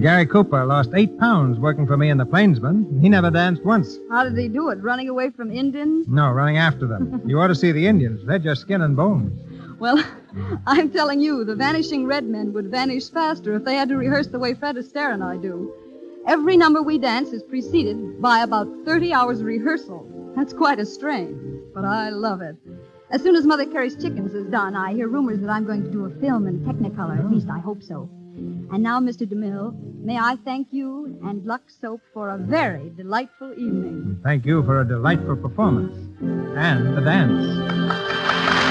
Gary Cooper lost eight pounds working for me in the Plainsman. He never danced once. How did he do it? Running away from Indians? No, running after them. You ought to see the Indians. They're just skin and bones. Well, I'm telling you, the vanishing red men would vanish faster if they had to rehearse the way Fred Astaire and I do. Every number we dance is preceded by about 30 hours rehearsal. That's quite a strain, but I love it. As soon as Mother Carries Chickens is done, I hear rumors that I'm going to do a film in Technicolor. At least I hope so. And now, Mr. DeMille, may I thank you and Lux Soap for a very delightful evening. Thank you for a delightful performance and the dance.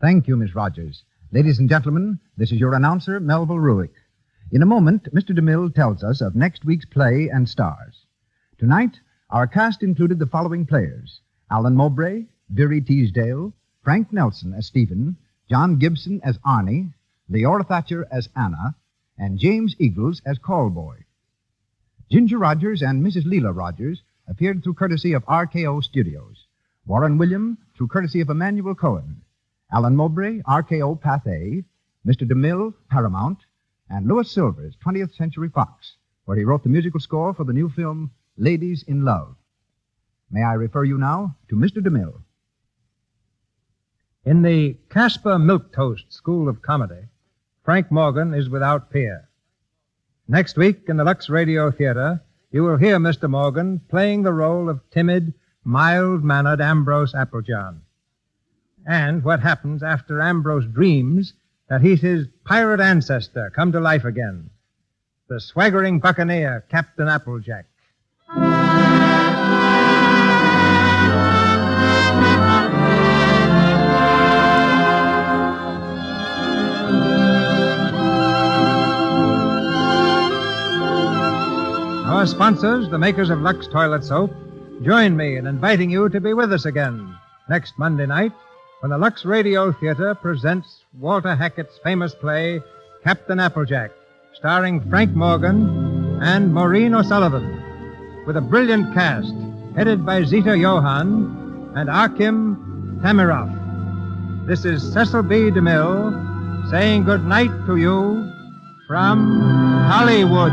Thank you, Miss Rogers. Ladies and gentlemen, this is your announcer, Melville Ruick. In a moment, Mr. DeMille tells us of next week's play and stars. Tonight, our cast included the following players Alan Mowbray, Viri Teasdale, Frank Nelson as Stephen, John Gibson as Arnie, Leora Thatcher as Anna, and James Eagles as Callboy. Ginger Rogers and Mrs. Leela Rogers appeared through courtesy of RKO Studios. Warren William through courtesy of Emmanuel Cohen. Alan Mowbray, RKO Pathé, Mr. DeMille, Paramount, and Louis Silvers, 20th Century Fox, where he wrote the musical score for the new film Ladies in Love. May I refer you now to Mr. DeMille? In the Casper Milquetoast School of Comedy, Frank Morgan is without peer. Next week in the Lux Radio Theater, you will hear Mr. Morgan playing the role of timid, mild mannered Ambrose Applejohn. And what happens after Ambrose dreams that he's his pirate ancestor come to life again the swaggering buccaneer, Captain Applejack. Our sponsors, the makers of Lux Toilet Soap, join me in inviting you to be with us again next Monday night when the Lux Radio Theater presents Walter Hackett's famous play, Captain Applejack, starring Frank Morgan and Maureen O'Sullivan, with a brilliant cast headed by Zita Johan and Akim Tamiroff. This is Cecil B. DeMille saying good night to you from Hollywood.